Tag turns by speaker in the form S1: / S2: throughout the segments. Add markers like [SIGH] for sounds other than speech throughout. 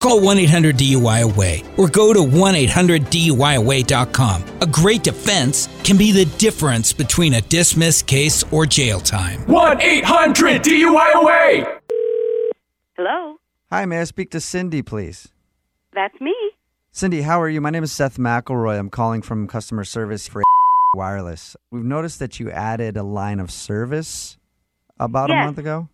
S1: Call 1 800 DUI Away or go to 1 800 DUIAway.com. A great defense can be the difference between a dismissed case or jail time.
S2: 1 800 DUIOA!
S3: Hello,
S4: Hi, may I speak to Cindy, please?
S3: that's me.
S4: Cindy, how are you? My name is Seth McElroy. I'm calling from customer service for [LAUGHS] Wireless. We've noticed that you added a line of service about a
S3: Yes.
S4: month ago.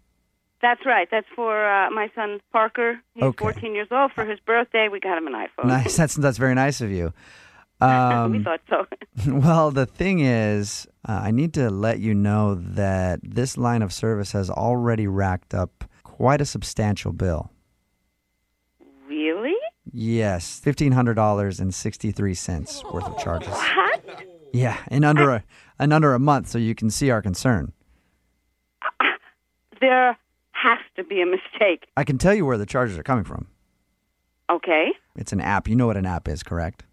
S3: That's right. That's for uh, my son Parker. He's
S4: Okay.
S3: 14 years old. For his birthday, we got him an iPhone.
S4: Nice. That's that's very nice of you.
S3: [LAUGHS]
S4: [LAUGHS]
S3: we
S4: Um,
S3: thought so. [LAUGHS]
S4: well, the thing is, uh, I need to let you know that this line of service has already racked up quite a substantial bill.
S3: really?
S4: Yes, fifteen hundred dollars and sixty three cents worth of charges. Yeah, in under a in under a month, so you can see our concern.
S3: There has to be a mistake.
S4: I can tell you where the charges are coming from.
S3: Okay.
S4: It's an app. You know what an app is, correct?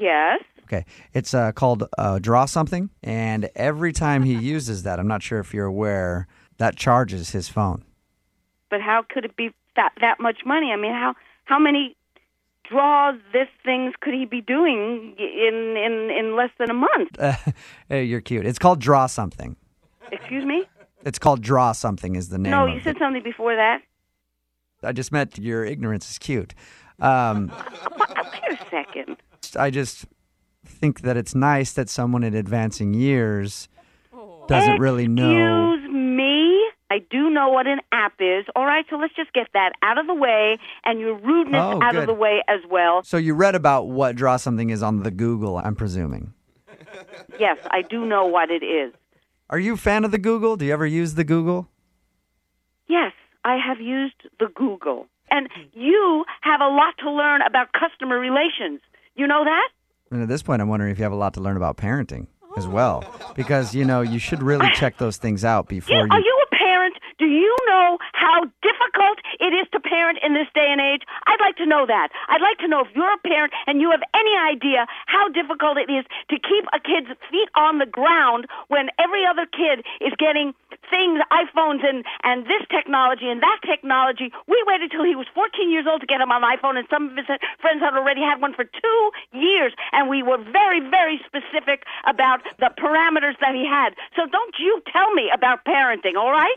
S3: Yes.
S4: Okay. It's uh, called uh, Draw Something, and every
S3: [LAUGHS]
S4: time he uses that, I'm not sure if you're aware, that charges his phone.
S3: But how could it be that that much money? I mean, how how many draws this things could he be doing in in in less than a month?
S4: Uh, hey, you're cute. It's called Draw Something.
S3: Excuse me?
S4: It's called Draw Something is the name.
S3: No,
S4: of
S3: you said
S4: it.
S3: something before that.
S4: I just meant your ignorance is cute. Um,
S3: Uh, Wait a second.
S4: I just think that it's nice that someone in advancing years doesn't really know.
S3: Excuse me. I do know what an app is. All right, so let's just get that out of the way and your rudeness
S4: Oh,
S3: out
S4: good.
S3: of the way as well.
S4: So you read about what Draw Something is on the Google, I'm presuming.
S3: Yes, I do know what it is.
S4: Are you a fan of the Google? Do you ever use the Google?
S3: Yes, I have used the Google. And you have a lot to learn about customer relations. You know that?
S4: And at this point, I'm wondering if you have a lot to learn about parenting as well, because you know you should really check those things out
S3: Yeah,
S4: before
S3: are
S4: you.
S3: you a parent? Do you know how difficult it is to parent in this day and age? I'd like to know that. I'd like to know if you're a parent and you have any idea how difficult it is to keep a kid's feet on the ground when every other kid is getting things, iPhones and, and this technology and that technology. We waited till he was 14 years old to get him an iPhone, and some of his friends had already had one for two years, and we were very, very specific about the parameters that he had. So don't you tell me about parenting, all right?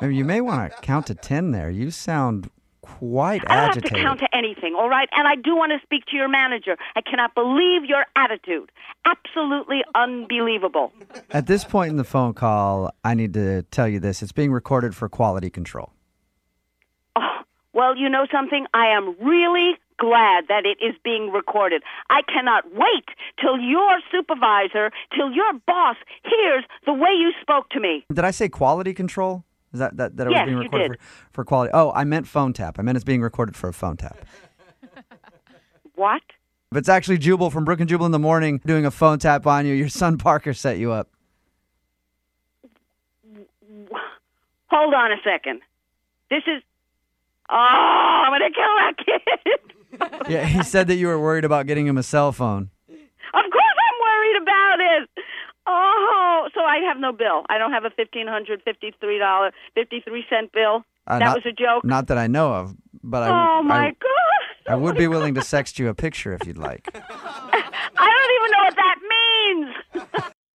S4: I mean, you may want to count to ten there. You sound quite
S3: I don't
S4: agitated.
S3: have to count to anything, all right? And I do want to speak to your manager. I cannot believe your attitude. Absolutely unbelievable.
S4: At this point in the phone call, I need to tell you this: it's being recorded for quality control.
S3: Oh, well, you know something? I am really glad that it is being recorded. I cannot wait till your supervisor, till your boss hears the way you spoke to me.
S4: Did I say quality control? Is that that, that it was
S3: Yes,
S4: being
S3: you
S4: recorded
S3: did.
S4: For, for quality? Oh, I meant phone tap. I meant it's being recorded for a phone tap.
S3: What?
S4: But it's actually Jubal from Brook and Jubal in the morning doing a phone tap on you. Your son Parker set you up.
S3: Hold on a second. This is. Oh, I'm going to kill that kid. [LAUGHS]
S4: Yeah, he said that you were worried about getting him a cell phone.
S3: of course I'm worried about it. Oh, so I have no bill. I don't have a $1,553, 53 cent bill.
S4: Uh,
S3: that
S4: not-
S3: was a joke.
S4: Not that I know of, but I,
S3: oh, my
S4: I,
S3: God.
S4: I would be willing to sext you a picture if you'd like.
S3: I don't even know what that